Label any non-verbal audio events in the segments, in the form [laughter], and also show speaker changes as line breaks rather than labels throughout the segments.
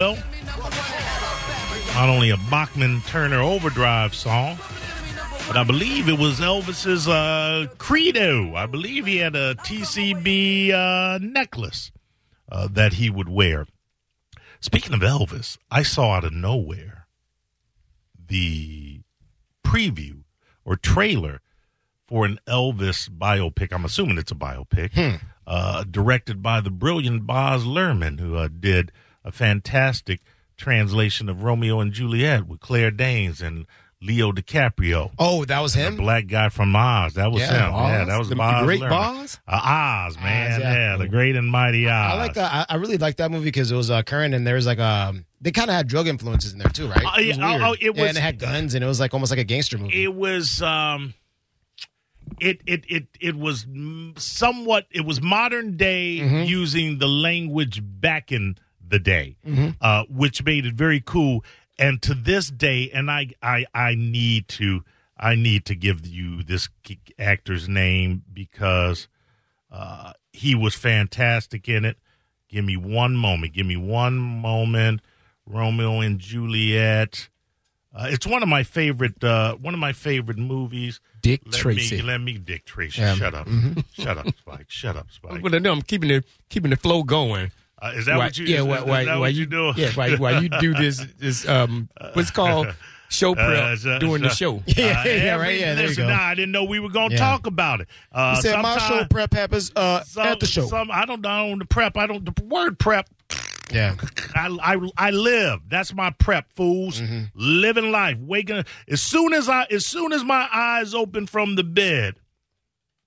though. Not only a Bachman Turner Overdrive song, but I believe it was Elvis's uh, credo. I believe he had a TCB uh, necklace uh, that he would wear. Speaking of Elvis, I saw out of nowhere the preview or trailer for an Elvis biopic. I'm assuming it's a biopic,
Hmm.
uh, directed by the brilliant Boz Lerman, who uh, did a fantastic translation of Romeo and Juliet with Claire Danes and Leo DiCaprio.
Oh, that was him.
Black guy from Oz. That was
Yeah,
him.
Oz.
Yeah, that was
The
Boz
great
Lerman.
Boz?
Uh, Oz, man.
Oz,
yeah.
yeah.
the great and mighty Oz.
I like that. I, I really like that movie because it was uh, current and there was like um they kind of had drug influences in there too, right?
Oh,
it was
yeah, oh,
weird.
oh, it
Yeah,
was-
and it had guns and it was like almost like a gangster movie.
it was um it it it it was m- somewhat it was modern day using the language back in the day uh which made it very cool and to this day and I I I need to I need to give you this k- actor's name because uh he was fantastic in it give me one moment give me one moment Romeo and Juliet uh, it's one of my favorite uh, one of my favorite movies.
Dick
Let
Tracy.
Me, let me Dick Tracy.
Yeah. Mm-hmm.
Shut up. [laughs] Shut up, Spike. Shut up, Spike.
Well, no, I'm keeping the keeping the flow going.
Uh, is that
Why-
what you
yeah,
is,
why,
is
why,
that
why
what you Uh, do?
Yeah,
[laughs]
why, why you do this? This um, what's called show prep
it's, uh,
during the
it's, uh, [laughs]
show.
[laughs] yeah, yeah,
every-
right. Yeah, there you
listen,
go.
Nah, I didn't know we were going to
Yeah.
talk about it. Uh,
He said my
sometime-
show prep happens uh,
some-
at the show.
Some, I don't know the prep. I don't the word prep.
yeah,
I, I, I live. That's my prep, fools.
Mm-hmm.
Living life, waking. As soon as I, as soon as my eyes open from the bed,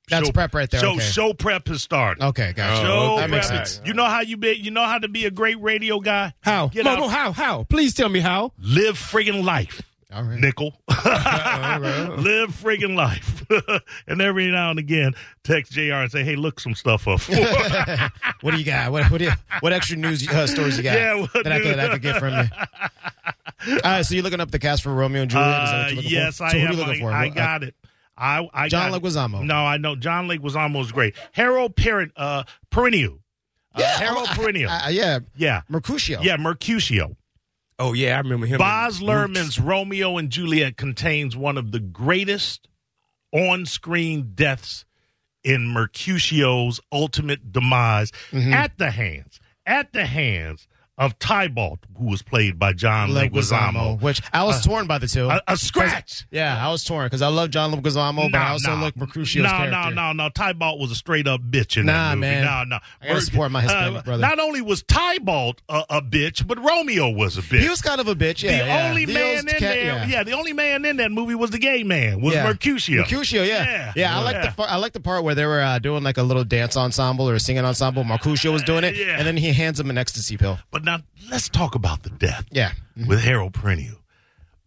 that's
show-
prep right there.
Show
okay.
show prep has started.
Oh, okay, gotcha.
Show
that makes
prep.
sense.
You know how you be. You know how to be a great radio guy.
How?
Get
Mo,
out.
Mo, how? How? Please tell me how.
Live friggin' life,
All right. [laughs]
nickel. Live friggin' life. and every now and again, text Jr. and say, "Hey, look some stuff
[laughs]
up."
What do you got? What what, do you, what extra news uh, stories you got
Yeah, what
that I could, I could get from you?
[laughs]
All right, so you're looking up the cast for Romeo and Juliet. Is that
Uh,
what you're looking
yes,
for?
I
so who
am.
you looking
I,
for?
I
Uh,
got it. I, I
John oh.
got it.
Leguizamo.
No, I know John Leguizamo is great. Harold Perrin, uh, Perennial. Uh,
yeah,
Harold
I-
Perennial.
I- I- uh, yeah,
yeah,
Mercutio.
yeah, Mercutio.
Oh yeah, I remember him.
Boz Lerman's Romeo and Juliet contains one of the greatest on-screen deaths in Mercutio's ultimate demise
Mm-hmm.
at the hands at the hands of Tybalt, who was played by John Leguizamo. Uh,
Leguizamo, which I was torn by the two.
A, a scratch.
yeah, I was torn because I love John Leguizamo, but I also
nah.
love Mercutio's
no, No,
character.
no, no, Tybalt was a straight up bitch in that
Nah,
movie.
man.
No, no.
I gotta
Mer-
support my Hispanic brother.
Not only was Tybalt a, a bitch, but Romeo was a bitch.
He was kind of a bitch. Yeah,
the
yeah.
only
He
man
was
in
ca-
there, yeah. the only man in that movie was the gay man, was
Yeah.
Mercutio.
Mercutio, yeah.
Yeah.
yeah, I like
Yeah.
the far, I like the part where they were uh, doing like a little dance ensemble or a singing ensemble. Mercutio was doing it,
Yeah.
and then he hands him an ecstasy pill.
But now let's talk about the death.
Yeah,
with Harold Perennial.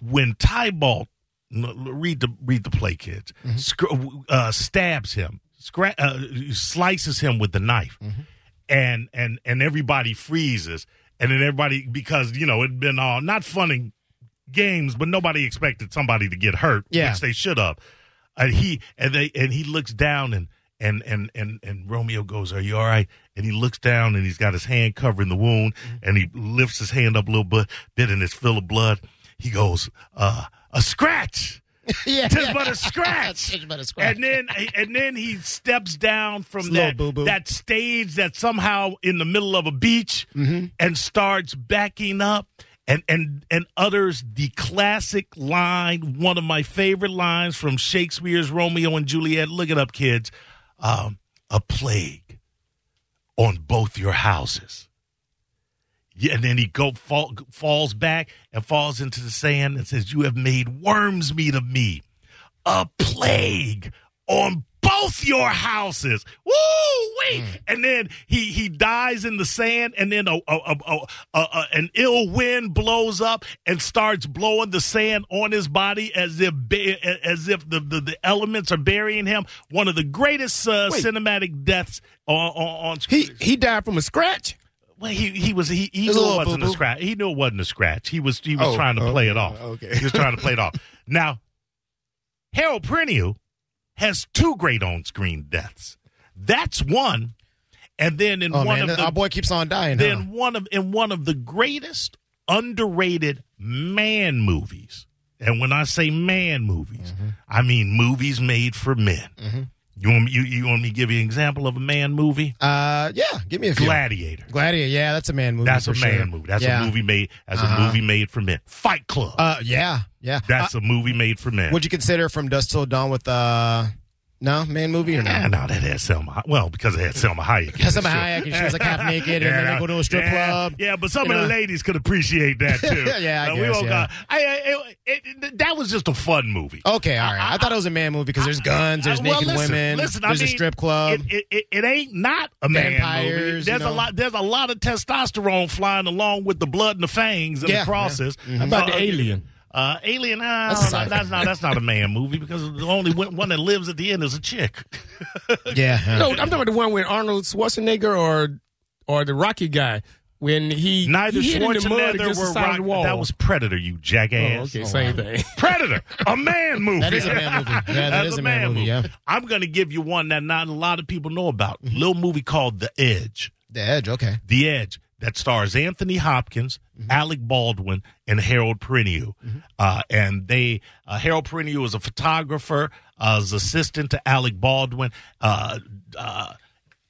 When Tybalt n- l- read the read the play, kids
Mm-hmm.
scr- uh, stabs him, scra- uh, slices him with the knife,
Mm-hmm.
and and and everybody freezes, and then everybody because you know it'd been all not fun and games, but nobody expected somebody to get hurt,
Yeah.
which they should have. And he and they and he looks down and and and and and Romeo goes, "Are you all right?" And he looks down and he's got his hand covering the wound,
Mm-hmm.
and he lifts his hand up a little bit, bit and it's full of blood. He goes, "Uh, a scratch." [laughs]
yeah.
Tis but a
[laughs]
scratch.
Tis but a scratch.
and then and then he steps down from
Slow
that,
boo-boo.
that stage that's somehow in the middle of a beach
Mm-hmm.
and starts backing up and, and and utters the classic line, one of my favorite lines from Shakespeare's Romeo and Juliet. Look it up, kids. Um, a plague on both your houses. Yeah, and then he go fall, falls back and falls into the sand and says, "You have made worms meat of me, a plague on both your houses." Woo
Mm.
wait! And then he he dies in the sand, and then a, a, a, a- a- a- an ill wind blows up and starts blowing the sand on his body as if ba- as if the, the, the elements are burying him. One of the greatest uh,
Wait.
cinematic deaths on on, on
He he died from a scratch.
well, he he was he, he
It was a
knew it
little
wasn't a
boo-boo.
scratch. He knew it wasn't a scratch. He was he was
Oh,
trying to play it
okay,
off.
okay.
he was trying to play it
[laughs]
off. Now, Harold Perennial has two great on-screen deaths. That's one, and then in
Oh
one
man,
of
our
the
boy keeps on dying.
then
huh?
one of in one of the greatest underrated man movies. And when I say man movies,
Mm-hmm.
I mean movies made for men. You want me, you, you want me to give you an example of a man movie?
Uh, yeah, give me a few.
Gladiator.
Gladiator. Yeah, that's a man movie.
That's a
for
man
sure.
movie. That's
Yeah.
a movie made. That's a
Uh-huh.
movie made for men. Fight Club.
Uh, yeah, yeah. Uh,
that's a movie made for men.
Would you consider From Dusk Till Dawn with uh, no man movie or
Yeah,
not?
no, that had Selma. Well, because it had Selma Hayek. in it,
Because I'm a
sure.
Hayek and she was like
[laughs]
half naked and then
that-
they go to a strip
yeah,
club.
Yeah, but some
you
of the
know.
ladies could appreciate
[laughs]
that too.
Yeah, I
Uh,
guess,
won't
yeah.
go- I- I- it- it- that was just a fun movie.
Okay, all right. I thought it was a man movie because there's guns, there's
Uh, well,
naked
listen,
women,
listen, I
there's
mean,
a strip club.
It, it, it, it ain't not a man movie.
Um, Vampires, you
There's a
know.
lot. There's a lot of testosterone flying along with the blood and the fangs and
Yeah, yeah.
the crosses.
How about
So,
the
uh,
alien?
Uh, Alien, uh,
That's
that's,
sci-fi.
that's not that's not a man movie because the only one one that lives at the end is a chick.
yeah. yeah.
No, I'm talking about the one with Arnold Schwarzenegger or or the Rocky guy when he
Neither
he hit in the mud
Schwarzenegger
against the
were
side of
rock.
the wall.
That was Predator, you
oh,
jackass.
okay, same thing.
[laughs] Predator, a man movie.
That is a
[laughs]
man movie. Yeah, that
That's
is a man movie, yeah. Mm-hmm.
I'm going to give you one that not a lot of people know about. Little movie called The Edge.
The Edge. Okay.
The Edge that stars Anthony Hopkins, Alec Baldwin, and Harold Perrineau. Uh, and they uh, Harold Perrineau is a photographer, uh, is assistant to Alec Baldwin. Uh, uh,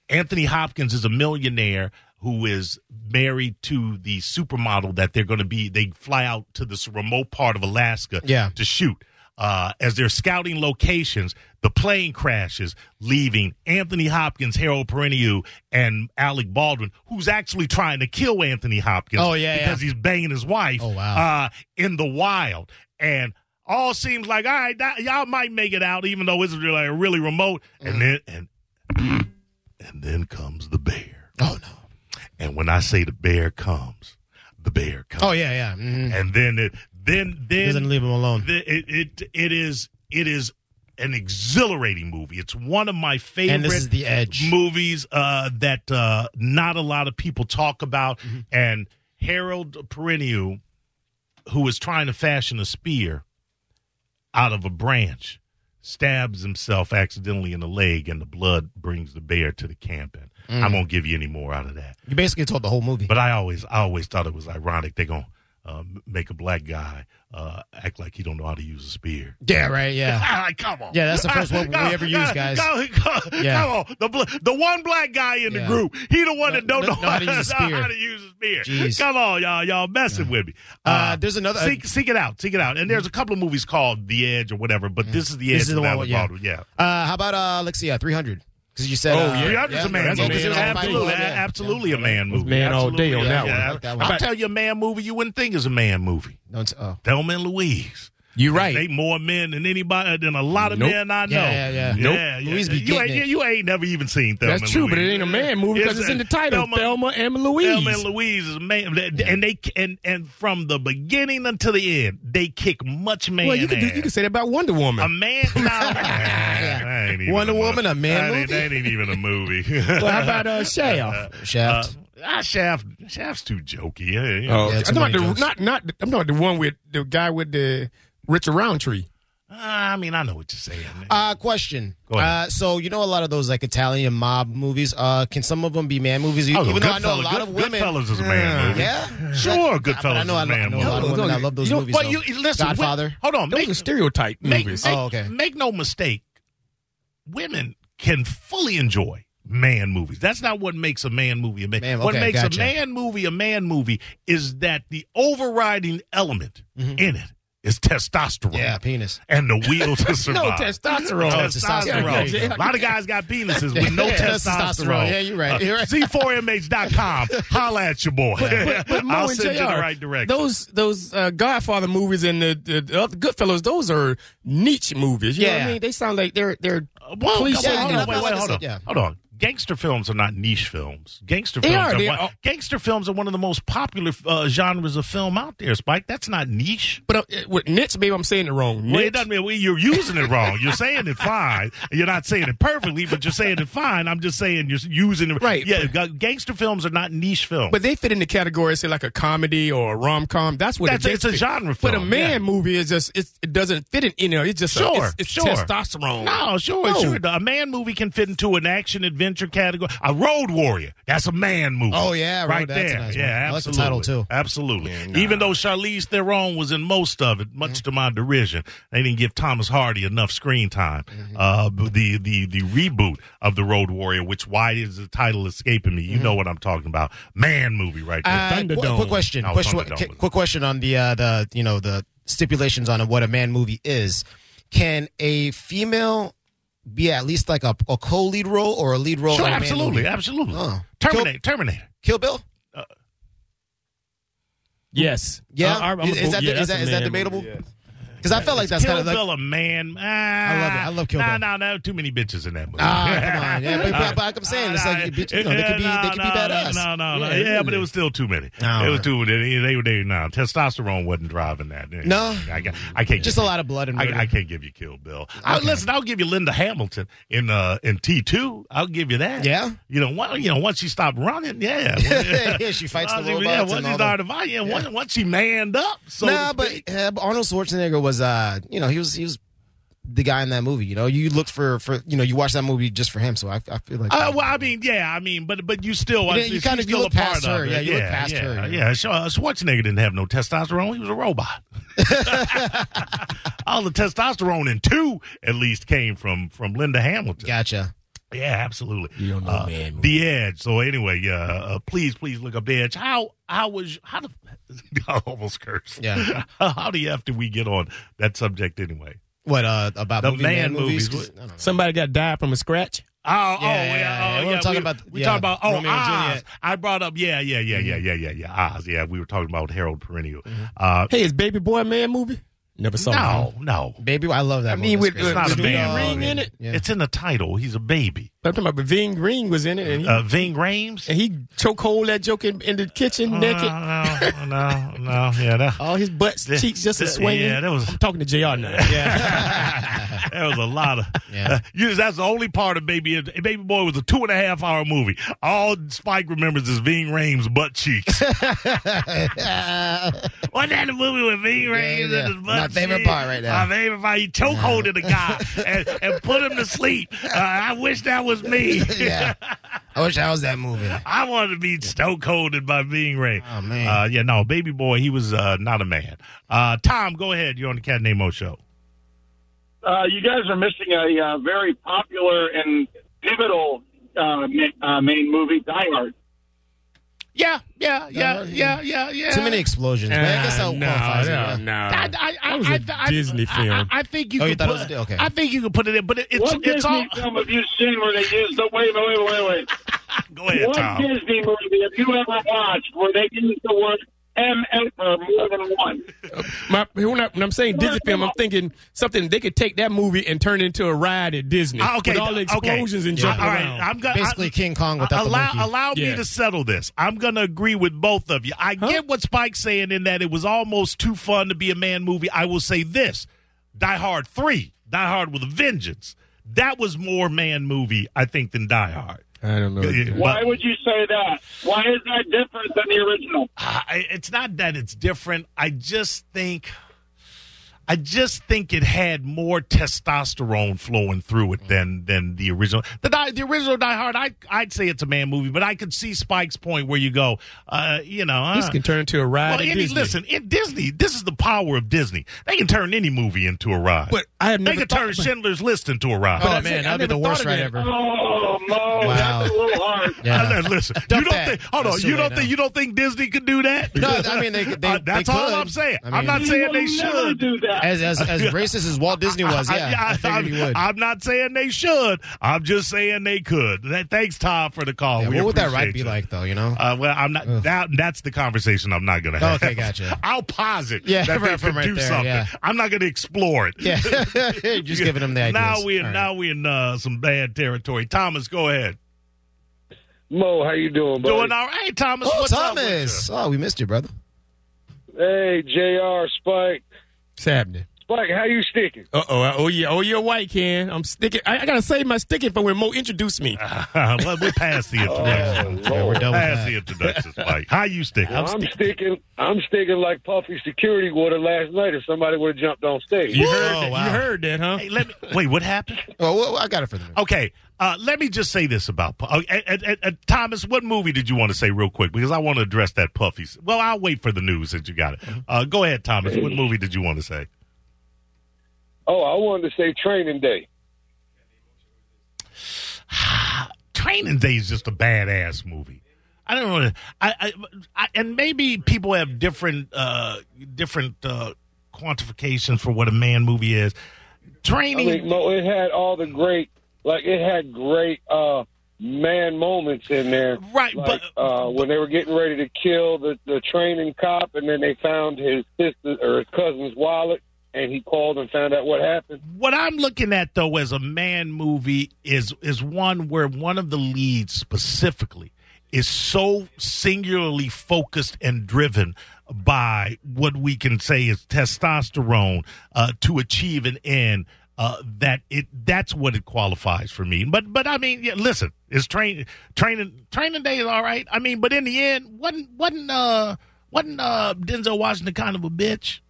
Anthony Hopkins is a millionaire who is married to the supermodel that they're going to be. They fly out to this remote part of Alaska
Yeah.
to shoot. Uh, as they're scouting locations, the plane crashes, leaving Anthony Hopkins, Harold Perrineau, and Alec Baldwin, who's actually trying to kill Anthony Hopkins.
Oh, yeah, yeah.
because he's banging his wife.
Oh, wow.
uh, in the wild, and all seems like all right, that, y'all might make it out, even though it's like really remote.
Mm-hmm.
And then and and then comes the bear.
Oh no.
And when I say the bear comes, the bear comes.
Oh yeah, yeah. Mhm.
And then it then
He
then
Doesn't leave him alone.
the, it, it it is it is an exhilarating movie. It's one of my favorite
And this is the Edge.
movies uh, that uh, not a lot of people talk about. And Harold Perrineau, who is trying to fashion a spear out of a branch, stabs himself accidentally in the leg, and the blood brings the bear to the camp. And I won't give you any more out of that.
You basically told the whole movie.
But I always, I always thought it was ironic they're gonna uh, make a black guy uh, act like he don't know how to use a spear.
yeah, right. Yeah.
[laughs] Ah, come on.
Yeah, that's the first one we
Go-
ever used, guys.
go- go-
Yeah.
Come on, the bl- the one black guy in the
Yeah.
group, he the one that
No-
don't
no-
know,
know how to use a
know
spear.
how to use a spear.
Jeez.
Come on, y'all, y'all messing with me. Uh,
Uh, there's another-
Seek, seek it out, seek it out. And there's a couple of movies called The Edge or whatever, but this is The Edge.
This is the
with
one
Alec
with- yeah.
Baldwin, yeah.
Uh, how about uh, let's see, uh, 300? Because you said
Oh,
uh,
yeah.
300 is a man
that's a
movie.
man movie.
absolutely, a- absolutely a man movie.
man all
Absolutely.
day on that
one. That one.
I'll tell you a man movie you wouldn't think is a man movie.
Don't, oh.
Thelma and Louise.
You're right.
They more men than anybody than a lot of
Nope.
men I know.
Yeah, yeah, yeah.
yeah,
Nope.
yeah.
Louise be
you, ain't,
getting it.
you ain't never even seen Thelma.
That's true,
and Louise.
but it ain't a man movie because
It's
it's
a-
in the title.
Thelma-
Thelma, and Louise.
Thelma and Louise is a man, and they and and from the beginning until the end, they kick much man.
well, you could do,
ass.
you could say that about Wonder Woman.
a
[laughs]
man. nah, that ain't even
Wonder
a mo-
Woman, a man
that ain't-
movie?
That ain't even a movie.
[laughs]
well, how about uh, [laughs] Shaft?
Uh,
Shaft.
ah, Shaft. Shaft's too jokey. Yeah, yeah.
Oh,
Yeah, too
I'm talking about
many
the,
jokes.
not not I'm talking about the one with the guy with the Richard Roundtree.
Ah, I mean, I know what you're saying.
Uh, question.
Go ahead.
Uh, so you know a lot of those like Italian mob movies. Uh, can some of them be man movies? E-
Oh,
Even though I know
Goodfellas-
a lot
Good-
of women.
Goodfellas is a man movie.
Yeah.
Sure,
But
Goodfellas
I
is
know,
a
I know, I
man
know a
movie.
lot of women. I love those
You know,
movies.
Well,
though.
you listen. wait-
Godfather.
hold on.
Those
Make,
are stereotype
make,
movies.
make-
Oh, okay.
make no mistake. Women can fully enjoy man movies. That's not what makes a man movie a man.
Man,
what
okay,
makes
gotcha.
a man movie a man movie is that the overriding element in it is testosterone.
Mm-hmm. yeah, penis.
And the will
[laughs]
to survive.
no testosterone.
Oh,
testosterone.
testosterone.
A lot of guys got penises with no
[laughs] Yeah,
testosterone. Uh,
testosterone. Yeah, you're right. You're right. [laughs]
Z4MH.com. Holla at your boy.
But, but Mo
[laughs] I'll
and
send you the
JR,
right direction.
Those those uh, Godfather movies and the, the, the other Goodfellas, those are niche movies. You know what
Yeah,
I mean? They sound like they're they're
Well,
cliche.
Uh, come on, hold on, wait,
Yeah, that's
wait,
what I
hold on,
said, yeah.
hold on. Gangster films are not niche films. Gangster
They
films
are,
are,
they
one,
are.
gangster films are one of the most popular uh, genres of film out there. Spike, that's not niche.
but uh, with niche, maybe I'm saying it wrong.
Well, it
Niche.
doesn't mean well, you're using it wrong. You're saying it fine. You're not saying it perfectly, but you're saying it fine. I'm just saying you're using it
Right.
Yeah, ga- gangster films are not niche films.
But they fit in the category, say like a comedy or a rom com. That's what
That's-
it
it's a genre
But a
film,
man
yeah.
movie is just it's, it doesn't fit in. You know, it's just a,
Sure,
it's, it's
sure.
testosterone.
no, sure,
No.
sure. A man movie can fit into an action adventure category. A Road Warrior. That's a man movie.
Oh, yeah, Road-
right
that's a
there.
nice
yeah,
one. I like the
absolutely.
title, too.
Absolutely. Even though Charlize Theron was in most of it,
Mm-hmm.
much to my derision, they didn't give Thomas Hardy enough screen time.
Mm-hmm.
Uh, but the the the reboot of the Road Warrior, which why is the title escaping me? You know what I'm talking about. Man movie, right there.
Mm-hmm. Uh, qu-
Thunderdome.
quick question.
No,
question
Thunderdome
qu-
was-
quick question on the uh, the you know the stipulations on what a man movie is. Can a female be at least like a, a co lead role or a lead role?
sure,
in a man
absolutely,
movie?
absolutely.
Oh.
Terminator, Terminator.
Kill Bill.
Yes.
Yeah?
Uh,
I- I'm a
Is- is
vote-
that-
yeah,
is
that's
that-
a
is that
man
debatable?
movie, yes.
Because I felt like that's
Kill
kind of like
Bill, a man.
love it. I love Kill
nah,
Bill.
Nah, nah, Too many bitches in that movie. [laughs]
Ah, come on. Yeah, but, but, but I'm saying it's
Nah,
like bitch, you know, they could be
nah,
they could be
nah,
badass.
No, no, no.
Yeah,
Yeah, but it was still too many.
No.
It was too many. They were they no testosterone wasn't driving that.
No.
I, ca- I can't.
Just
give
a
you-
lot of blood and murder.
I, I can't give you Kill Bill. I, listen, I'll give you Linda Hamilton in uh, in T two. I'll give you that.
Yeah?
You know, one, you know, once she stopped running, yeah.
[laughs] yeah, she [laughs] fights the
Once she-
robots.
yeah, once
and
she
all that.
started fighting, yeah, once, once she manned up. So
nah,
to
but
speak.
uh, Arnold Schwarzenegger was, uh, you know, he was he was the guy in that movie. You know, you look for for you know, you watch that movie just for him. So I, I feel like
Uh, well, I mean, yeah, I mean, but but you still, uh,
You
you,
didn't- you
kind
kinda-
of
you
still
look
a part
past
of
her.
it.
Yeah, you look past
yeah,
her, yeah.
Yeah, Sch- uh, Schwarzenegger didn't have no testosterone. He was a robot. [laughs] All the testosterone in two, at least, came from from Linda Hamilton.
gotcha.
Yeah, absolutely.
You don't know
Uh,
man movies.
The Edge. So anyway, uh, uh, please, please look up The Edge. How how was how the [laughs] I almost cursed.
Yeah.
[laughs] how the f did we get on that subject anyway?
What uh, about
The
movie,
man
movies?
movies.
'Cause- I don't know.
Somebody got died from a scratch.
Oh, yeah, oh,
yeah, yeah.
yeah, oh,
We
yeah.
were talking
we,
about-
we
yeah,
talked about oh
Romeo and
Oz.
Juliet. Mm-hmm.
I brought up yeah, yeah, yeah, yeah, yeah, yeah, yeah. Oz. Yeah, we were talking about Harold Perrineau. Uh,
Hey, is Baby Boy a man movie? Never saw
no, no,
Baby, I love that.
I mean,
movie.
with-
That's
with-
great.
with
Snoop
Van
Dogg
Ring
in
and-
it?
Yeah.
it's in the title. He's a baby.
I'm talking about but Ving Green was in it, and he,
Mm-hmm.
Uh, Ving Rhames.
and he chokehold that joke in, in the
Uh,
kitchen naked.
No, no, no, no, yeah, that,
[laughs]
All his butts,
Uh,
Yeah,
cheeks just a
yeah,
swinging.
that was- [laughs]
I'm talking to Jr. now. Yeah,
that was a lot of.
Yeah. [laughs]
Uh, you, that's the only part of Baby Baby Boy was a two and a half hour movie. All Spike remembers is Ving Rhames' butt cheeks. Wasn't that the movie with Ving Rhames
yeah.
and his butt
My favorite
cheeks?
part right now.
My favorite part. He chokeholded a guy and, and put him to sleep. Uh, I wish that was me.
[laughs]
[laughs]
yeah, I wish I was that movie.
I wanted to be stoke colded by Ving Rhames.
Oh, man.
Uh, yeah, no, Baby Boy, he was uh, not a man. Uh, Tom, go ahead. You're on the Cat Nemo show.
Uh, you guys are missing a uh, very popular and pivotal uh, ma- uh, main movie, Die Hard.
Yeah, yeah,
yeah, yeah,
yeah, yeah.
Too many explosions, man. I guess that
uh,
qualifies. it, yeah.
I, I, I,
That was
I-
a
I-
Disney
I-
film.
I, I think you.
Oh, you
could
thought it
put,
was a- okay.
I think you could put it in, but it, it's
What
it's
Disney
all.
film have you seen where they used the wait, wait, wait, wait,
Go ahead,
wait? What
Tom.
Disney movie have you ever watched where they used the word MF for more than once?
my, when, I, when I'm saying Disney film, I'm thinking something they could take that movie and turn it into a ride at Disney.
Ah, okay,
with all the
okay.
explosions and
Yeah.
jumping
All right,
around.
I'm gonna
Basically,
I-
King Kong without the
allow
monkey.
allow me
Yeah.
to settle this. I'm gonna agree with both of you. I get what Spike's saying in that it was almost too fun to be a man movie. I will say this: Die Hard Three, Die Hard with a Vengeance, that was more man movie, I think, than Die Hard.
I don't know.
Yeah, yeah.
Why would you say that? Why is that different than the original?
I, it's not that it's different. I just think, I just think it had more testosterone flowing through it than than the original. The die, the original Die Hard, I I'd say it's a man movie, but I could see Spike's point where you go, uh, you know, uh,
This can turn into a ride
well,
at
any,
Disney.
listen, in Disney, this is the power of Disney. They can turn any movie into a ride.
but I have
they
never
can
thought
turn
about-
Schindler's List into a ride.
Oh
that's
man,
it. I
that'd be the
never
worst
thought of
ride
that.
ever.
Oh, Mo,
Wow.
that's a little
[laughs]
hard.
Yeah.
Uh, listen,
Dump
you don't
that.
think. Hold
That's
on,
too
you
late
don't
now.
think you don't think Disney could do that?
No,
[laughs]
I mean they. they
Uh,
they
that's all
could.
I'm saying.
I
I'm
mean,
not saying they
You will never
should.
do that.
as
[laughs]
as as racist as Walt Disney was. Yeah, I, figured he would.
am not saying they should. I'm just saying they could. That, thanks, Todd, for the call.
Yeah,
We
what would that
appreciate
right be
you.
like, though?
[laughs]
You know,
Uh, well, I'm not. That, that's the conversation I'm not going to have.
Okay, gotcha.
[laughs] I'll posit
Yeah,
that they
[laughs] right from
could
right
do
there,
something.
yeah.
I'm not going to explore it.
yeah, [laughs] just giving him the ideas.
[laughs] Now we're
All right.
now we're in uh, some bad territory. Thomas, go ahead.
Mo, how you doing, buddy?
Doing all right, Thomas.
Oh,
what's up with
Thomas! Oh, we missed you, brother.
hey, Jr. Spike.
It's happening.
Mike, how you sticking?
Uh oh. Oh yeah. Oh, you're white, Ken. I'm sticking. I, I gotta save my sticking for when Mo introduced me.
Ah, [laughs] well, we're past the introduction.
Yeah, we're done with
past
that.
the introductions, Mike. How you stick?
I'm, sticking. I'm sticking like Puffy security water last night. If somebody would have jumped on stage,
You
Whoa,
heard that.
wow.
You heard that, huh?
Hey, let me. Wait, what happened?
Oh, well, I got it for them.
Okay, uh, let me just say this about Pu- uh, uh, uh, uh, Thomas. What movie did you want to say real quick? Because I want to address that Puffy's. Well, I'll wait for the news since you got it. Uh, go ahead, Thomas. What movie did you want to say?
oh, I wanted to say training day.
Training Day is just a badass movie. I don't know. I, I, I and maybe people have different uh, different uh, quantifications for what a man movie is.
I
Training.
mean, Mo, it had all the great, like it had great uh, man moments in there.
Right,
like, uh, when they were getting ready to kill the, the training cop, and then they found his sister or his cousin's wallet, and he called and found out what happened.
what I'm looking at though as a man movie is is one where one of the leads specifically is so singularly focused and driven by what we can say is testosterone uh, to achieve an end uh, that it that's what it qualifies for me. But but I mean, yeah, listen, it's train training training day is all right. I mean, but in the end, wasn't wasn't uh wasn't uh Denzel Washington kind of a bitch?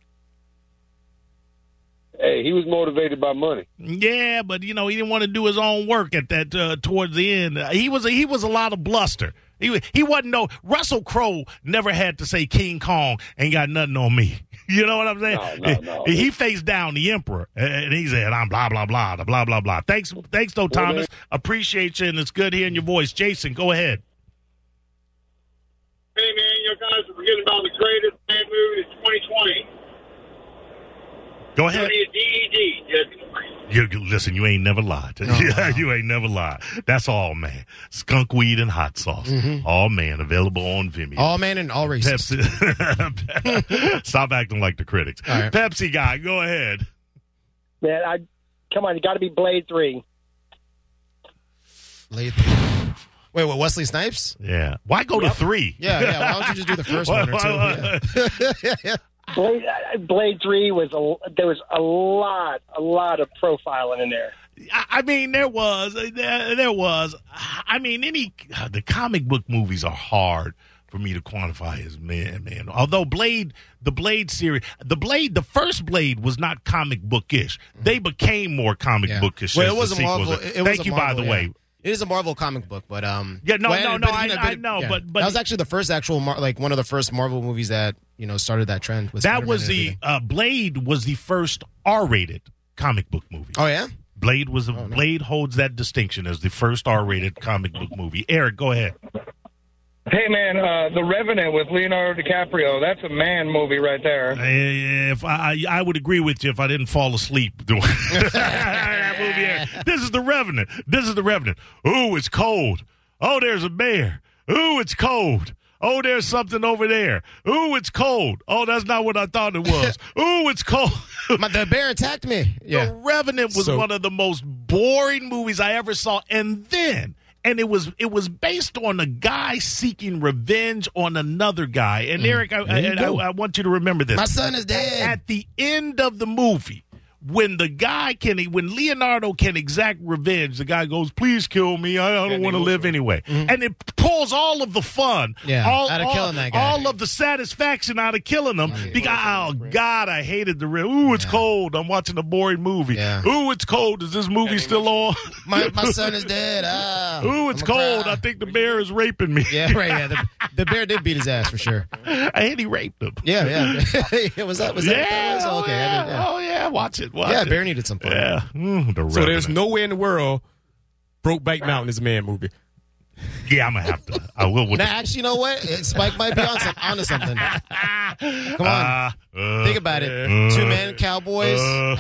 Hey, he was motivated by money.
Yeah, but you know he didn't want to do his own work at that uh, towards the end. Uh, he was a, he was a lot of bluster. He wa- he wasn't no Russell Crowe never had to say King Kong ain't got nothing on me. [laughs] You know what I'm saying?
No, no, no.
He, he faced down the emperor and he said I'm blah blah blah the blah blah blah. Thanks thanks though Thomas appreciate you and it's good hearing your voice. Jason, go ahead.
Hey, man, you guys are forgetting about the greatest man movie of 2020.
Go
It's E going
ahead.
to be a DED. Yes.
You, you- listen, you ain't never lied. [laughs] yeah, you ain't never lied. That's all, man. Skunk weed and hot sauce. All man available on Vimeo.
All man and all races.
Pepsi. [laughs] Stop acting like the critics.
All right.
Pepsi guy, go ahead.
Man, I come on. You got to be Blade Three.
Wait, what? Wesley Snipes? [laughs]
Yeah. Why go to three?
Yeah, yeah. Why don't you just do the first
[laughs] Why-
one or two?
why-
Yeah.
Blade, uh, Blade Three was a there was a lot a lot of profiling in there.
I I mean, there was, there, there was. I mean, any the comic book movies are hard for me to quantify as man, man. Although Blade, the Blade series, the Blade, the first Blade was not comic bookish. They became more comic
Yeah.
bookish.
Well,
as
it was
the
a Marvel.
sequels.
It, it was
Thank
a
you, by
Marvel,
the
yeah.
way.
It is a Marvel comic book, but um,
Yeah, no,
but-
no, no,
but-
I-
but-
I know, but- but-
that was actually the first actual, Mar- like one of the first Marvel movies that you know started that trend. with
That
Spider-Man
was
and
the
everything.
uh, Blade was the first R-rated comic book movie.
Oh yeah,
Blade was a, Blade holds that distinction as the first R-rated comic book movie. Eric, go ahead.
Hey man, uh, The Revenant with Leonardo DiCaprio. That's a man movie right there.
Uh, If I, I I would agree with you if I didn't fall asleep doing [laughs] that movie. Eric. This is the Revenant. This is the Revenant. Ooh, it's cold. Oh, there's a bear. Ooh, it's cold. Oh, there's something over there. Ooh, it's cold. Oh, that's not what I thought it was. Ooh, it's cold.
My, the bear attacked me.
The
Yeah,
Revenant was
So-
one of the most boring movies I ever saw, and then and it was it was based on a guy seeking revenge on another guy. And Eric, I, I, I, I want you to remember this
my son is dead.
at the end of the movie when the guy can when leonardo can exact revenge the guy goes please kill me i, I don't want to live anyway and it pulls all of the fun
Mm-hmm. Yeah,
all,
out of
all-
killing that guy.
all of the satisfaction out of killing him because oh god i hated the real ooh it's cold i'm watching a boring movie
Yeah.
ooh it's cold is this movie still on
My,
[laughs]
my son is dead. Ah,
ooh it's
I'ma
cold
cry.
i think the bear is raping me
Yeah, right. Yeah, the, the bear did beat his ass for sure.
[laughs] and he raped him
Yeah, yeah. [laughs] was that was that?
yeah,
that was-
oh,
okay. I
yeah,
didn't- yeah.
oh yeah watch it watch
Yeah,
it.
bear needed some fun.
yeah Mm, the
So there's
Revenant.
nowhere in the world Brokeback Mountain is a man movie.
Yeah, I'm gonna have to. I will. With
Now, actually, you know what? Spike might be on some, onto something. Come on. Think about it.
Uh,
Two man cowboys.
uh.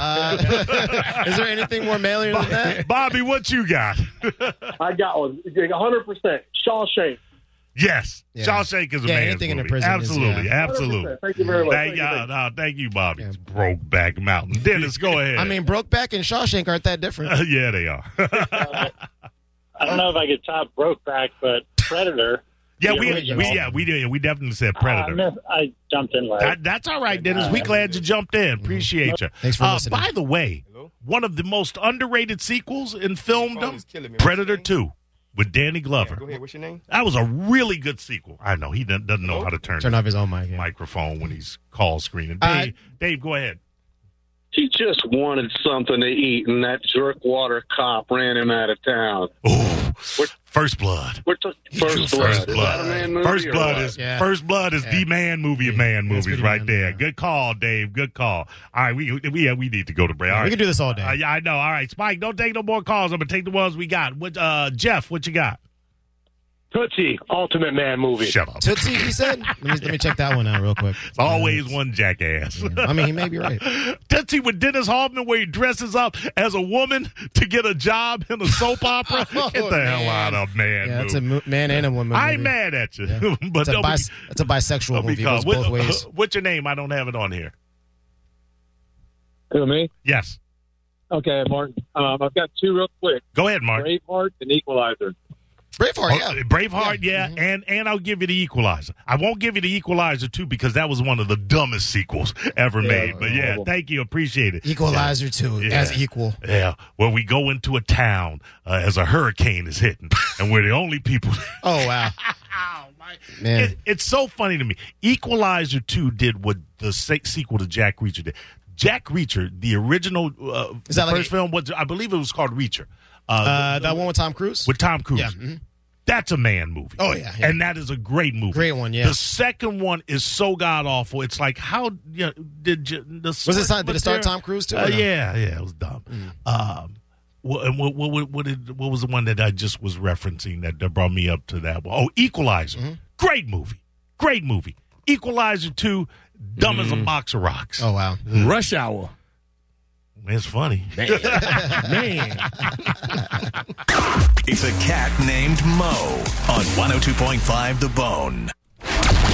Uh, [laughs] is there anything more manlier
[laughs]
than that?
Bobby, what you got? [laughs]
I got one, hundred percent. Shawshank.
yes,
Yeah.
Shawshank is a
Yeah,
man's
anything in
movie.
the prison is-
absolutely,
yeah.
absolutely.
100%. Thank you very much.
Thank you,
Thank you.
no, thank you, Bobby. It's Brokeback Mountain. Dennis, go ahead. [laughs]
I mean, Brokeback and Shawshank aren't that different.
yeah, they are. [laughs]
I don't know if I could top Brokeback, but Predator.
Yeah,
Yeah,
we,
we- yeah.
we yeah we did. We definitely said
Oh,
I,
predator.
missed, I jumped in late.
That, that's all right, Dennis. We glad you jumped in. Appreciate you.
Mm-hmm. Thanks for
uh,
listening.
By the way,
Hello?
one of the most underrated sequels in
phone
filmdom,
is killing me. What's
Predator
your name?
Two, with Danny Glover.
Go ahead. What's your name?
That was a really good sequel. I know he doesn't, doesn't know how to turn,
Turn off his own mic.
the
Yeah.
microphone when he's call screening. Dave,
Uh,
Dave, go ahead.
He just wanted something to eat, and that jerkwater cop ran him out of town.
Ooh,
What-
first blood.
We're talking first blood.
First blood.
Is that a man movie
First
or
blood
what?
is
Yeah.
first blood is the man movie of man
Yeah, it's
movies
pretty
right
man,
there.
yeah.
Good call, Dave. Good call. All right, we we yeah, we need to go to break. All right.
We can do this all day.
Uh, yeah, I know. All right, Spike, don't take no more calls. I'm gonna take the ones we got. What, uh, Jeff, what you got?
Tootsie, ultimate man movie.
Shut up.
Tootsie, he said. Let me, let me check that one out real quick.
It's always one jackass.
Yeah. I mean, he may be right.
Tootsie with Dennis Hoffman, where he dresses up as a woman to get a job in a soap opera.
[laughs] Oh,
Get the hell
man.
out of [laughs] man.
Yeah, it's
movie.
a mo- man and a woman.
I ain't
movie.
mad at you, [laughs]
Yeah.
but
It's a,
don't
bis-
be,
it's a bisexual
don't be
movie. It
caught.
goes
What-
both ways.
[laughs] what's your name? I don't have it on here.
To me?
Yes,
Okay, Martin. Um, I've got two real quick
go ahead, Mark.
Braveheart and Equalizer.
Braveheart, yeah. Mm-hmm.
Uh, Braveheart, yeah, and and I'll give you the Equalizer. I won't give you the Equalizer too because that was one of the dumbest sequels ever made. But yeah,
horrible.
thank you, appreciate it.
Equalizer too,
Yeah.
as equal.
Yeah, where we go into a town uh, as a hurricane is hitting, and we're the only people. [laughs]
Oh wow,
Ow, my-
man.
It, it's so funny to me. Equalizer 2 did what the se- sequel to Jack Reacher did. Jack Reacher, the original uh,
Is that
the
like
first
a-
film, was, I believe it was called Reacher. Uh,
Uh, that one with Tom Cruise.
with Tom Cruise.
yeah, mhm.
That's a man movie.
Oh, yeah, yeah.
and that is a great movie.
Great one, yeah.
The second one is so god awful. It's like how you know, did you, the
Was it?
source
Did it start
material-
Tom Cruise too?
uh,
or no?
Yeah, yeah, it was dumb. Um, what, and what, what, what, what, did, what was the one that I just was referencing that, that brought me up to that? one? Oh, Equalizer. Great movie. Great movie. Equalizer 2, dumb as a box of rocks.
Oh wow.
Rush Hour.
It's funny. [laughs]
Man.
It's a cat named Mo on 102.5 The Bone.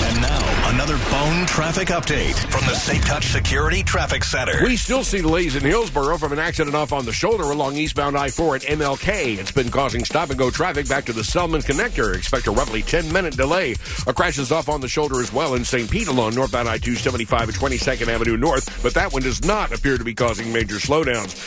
And now, another bone traffic update from the Safe Touch Security Traffic Center.
We still see delays in Hillsborough from an accident off on the shoulder along eastbound I 4 at MLK. It's been causing stop and go traffic back to the Selman Connector. Expect a roughly 10 minute delay. A crash is off on the shoulder as well in St. Pete along northbound I 275 at 22nd Avenue North, but that one does not appear to be causing major slowdowns.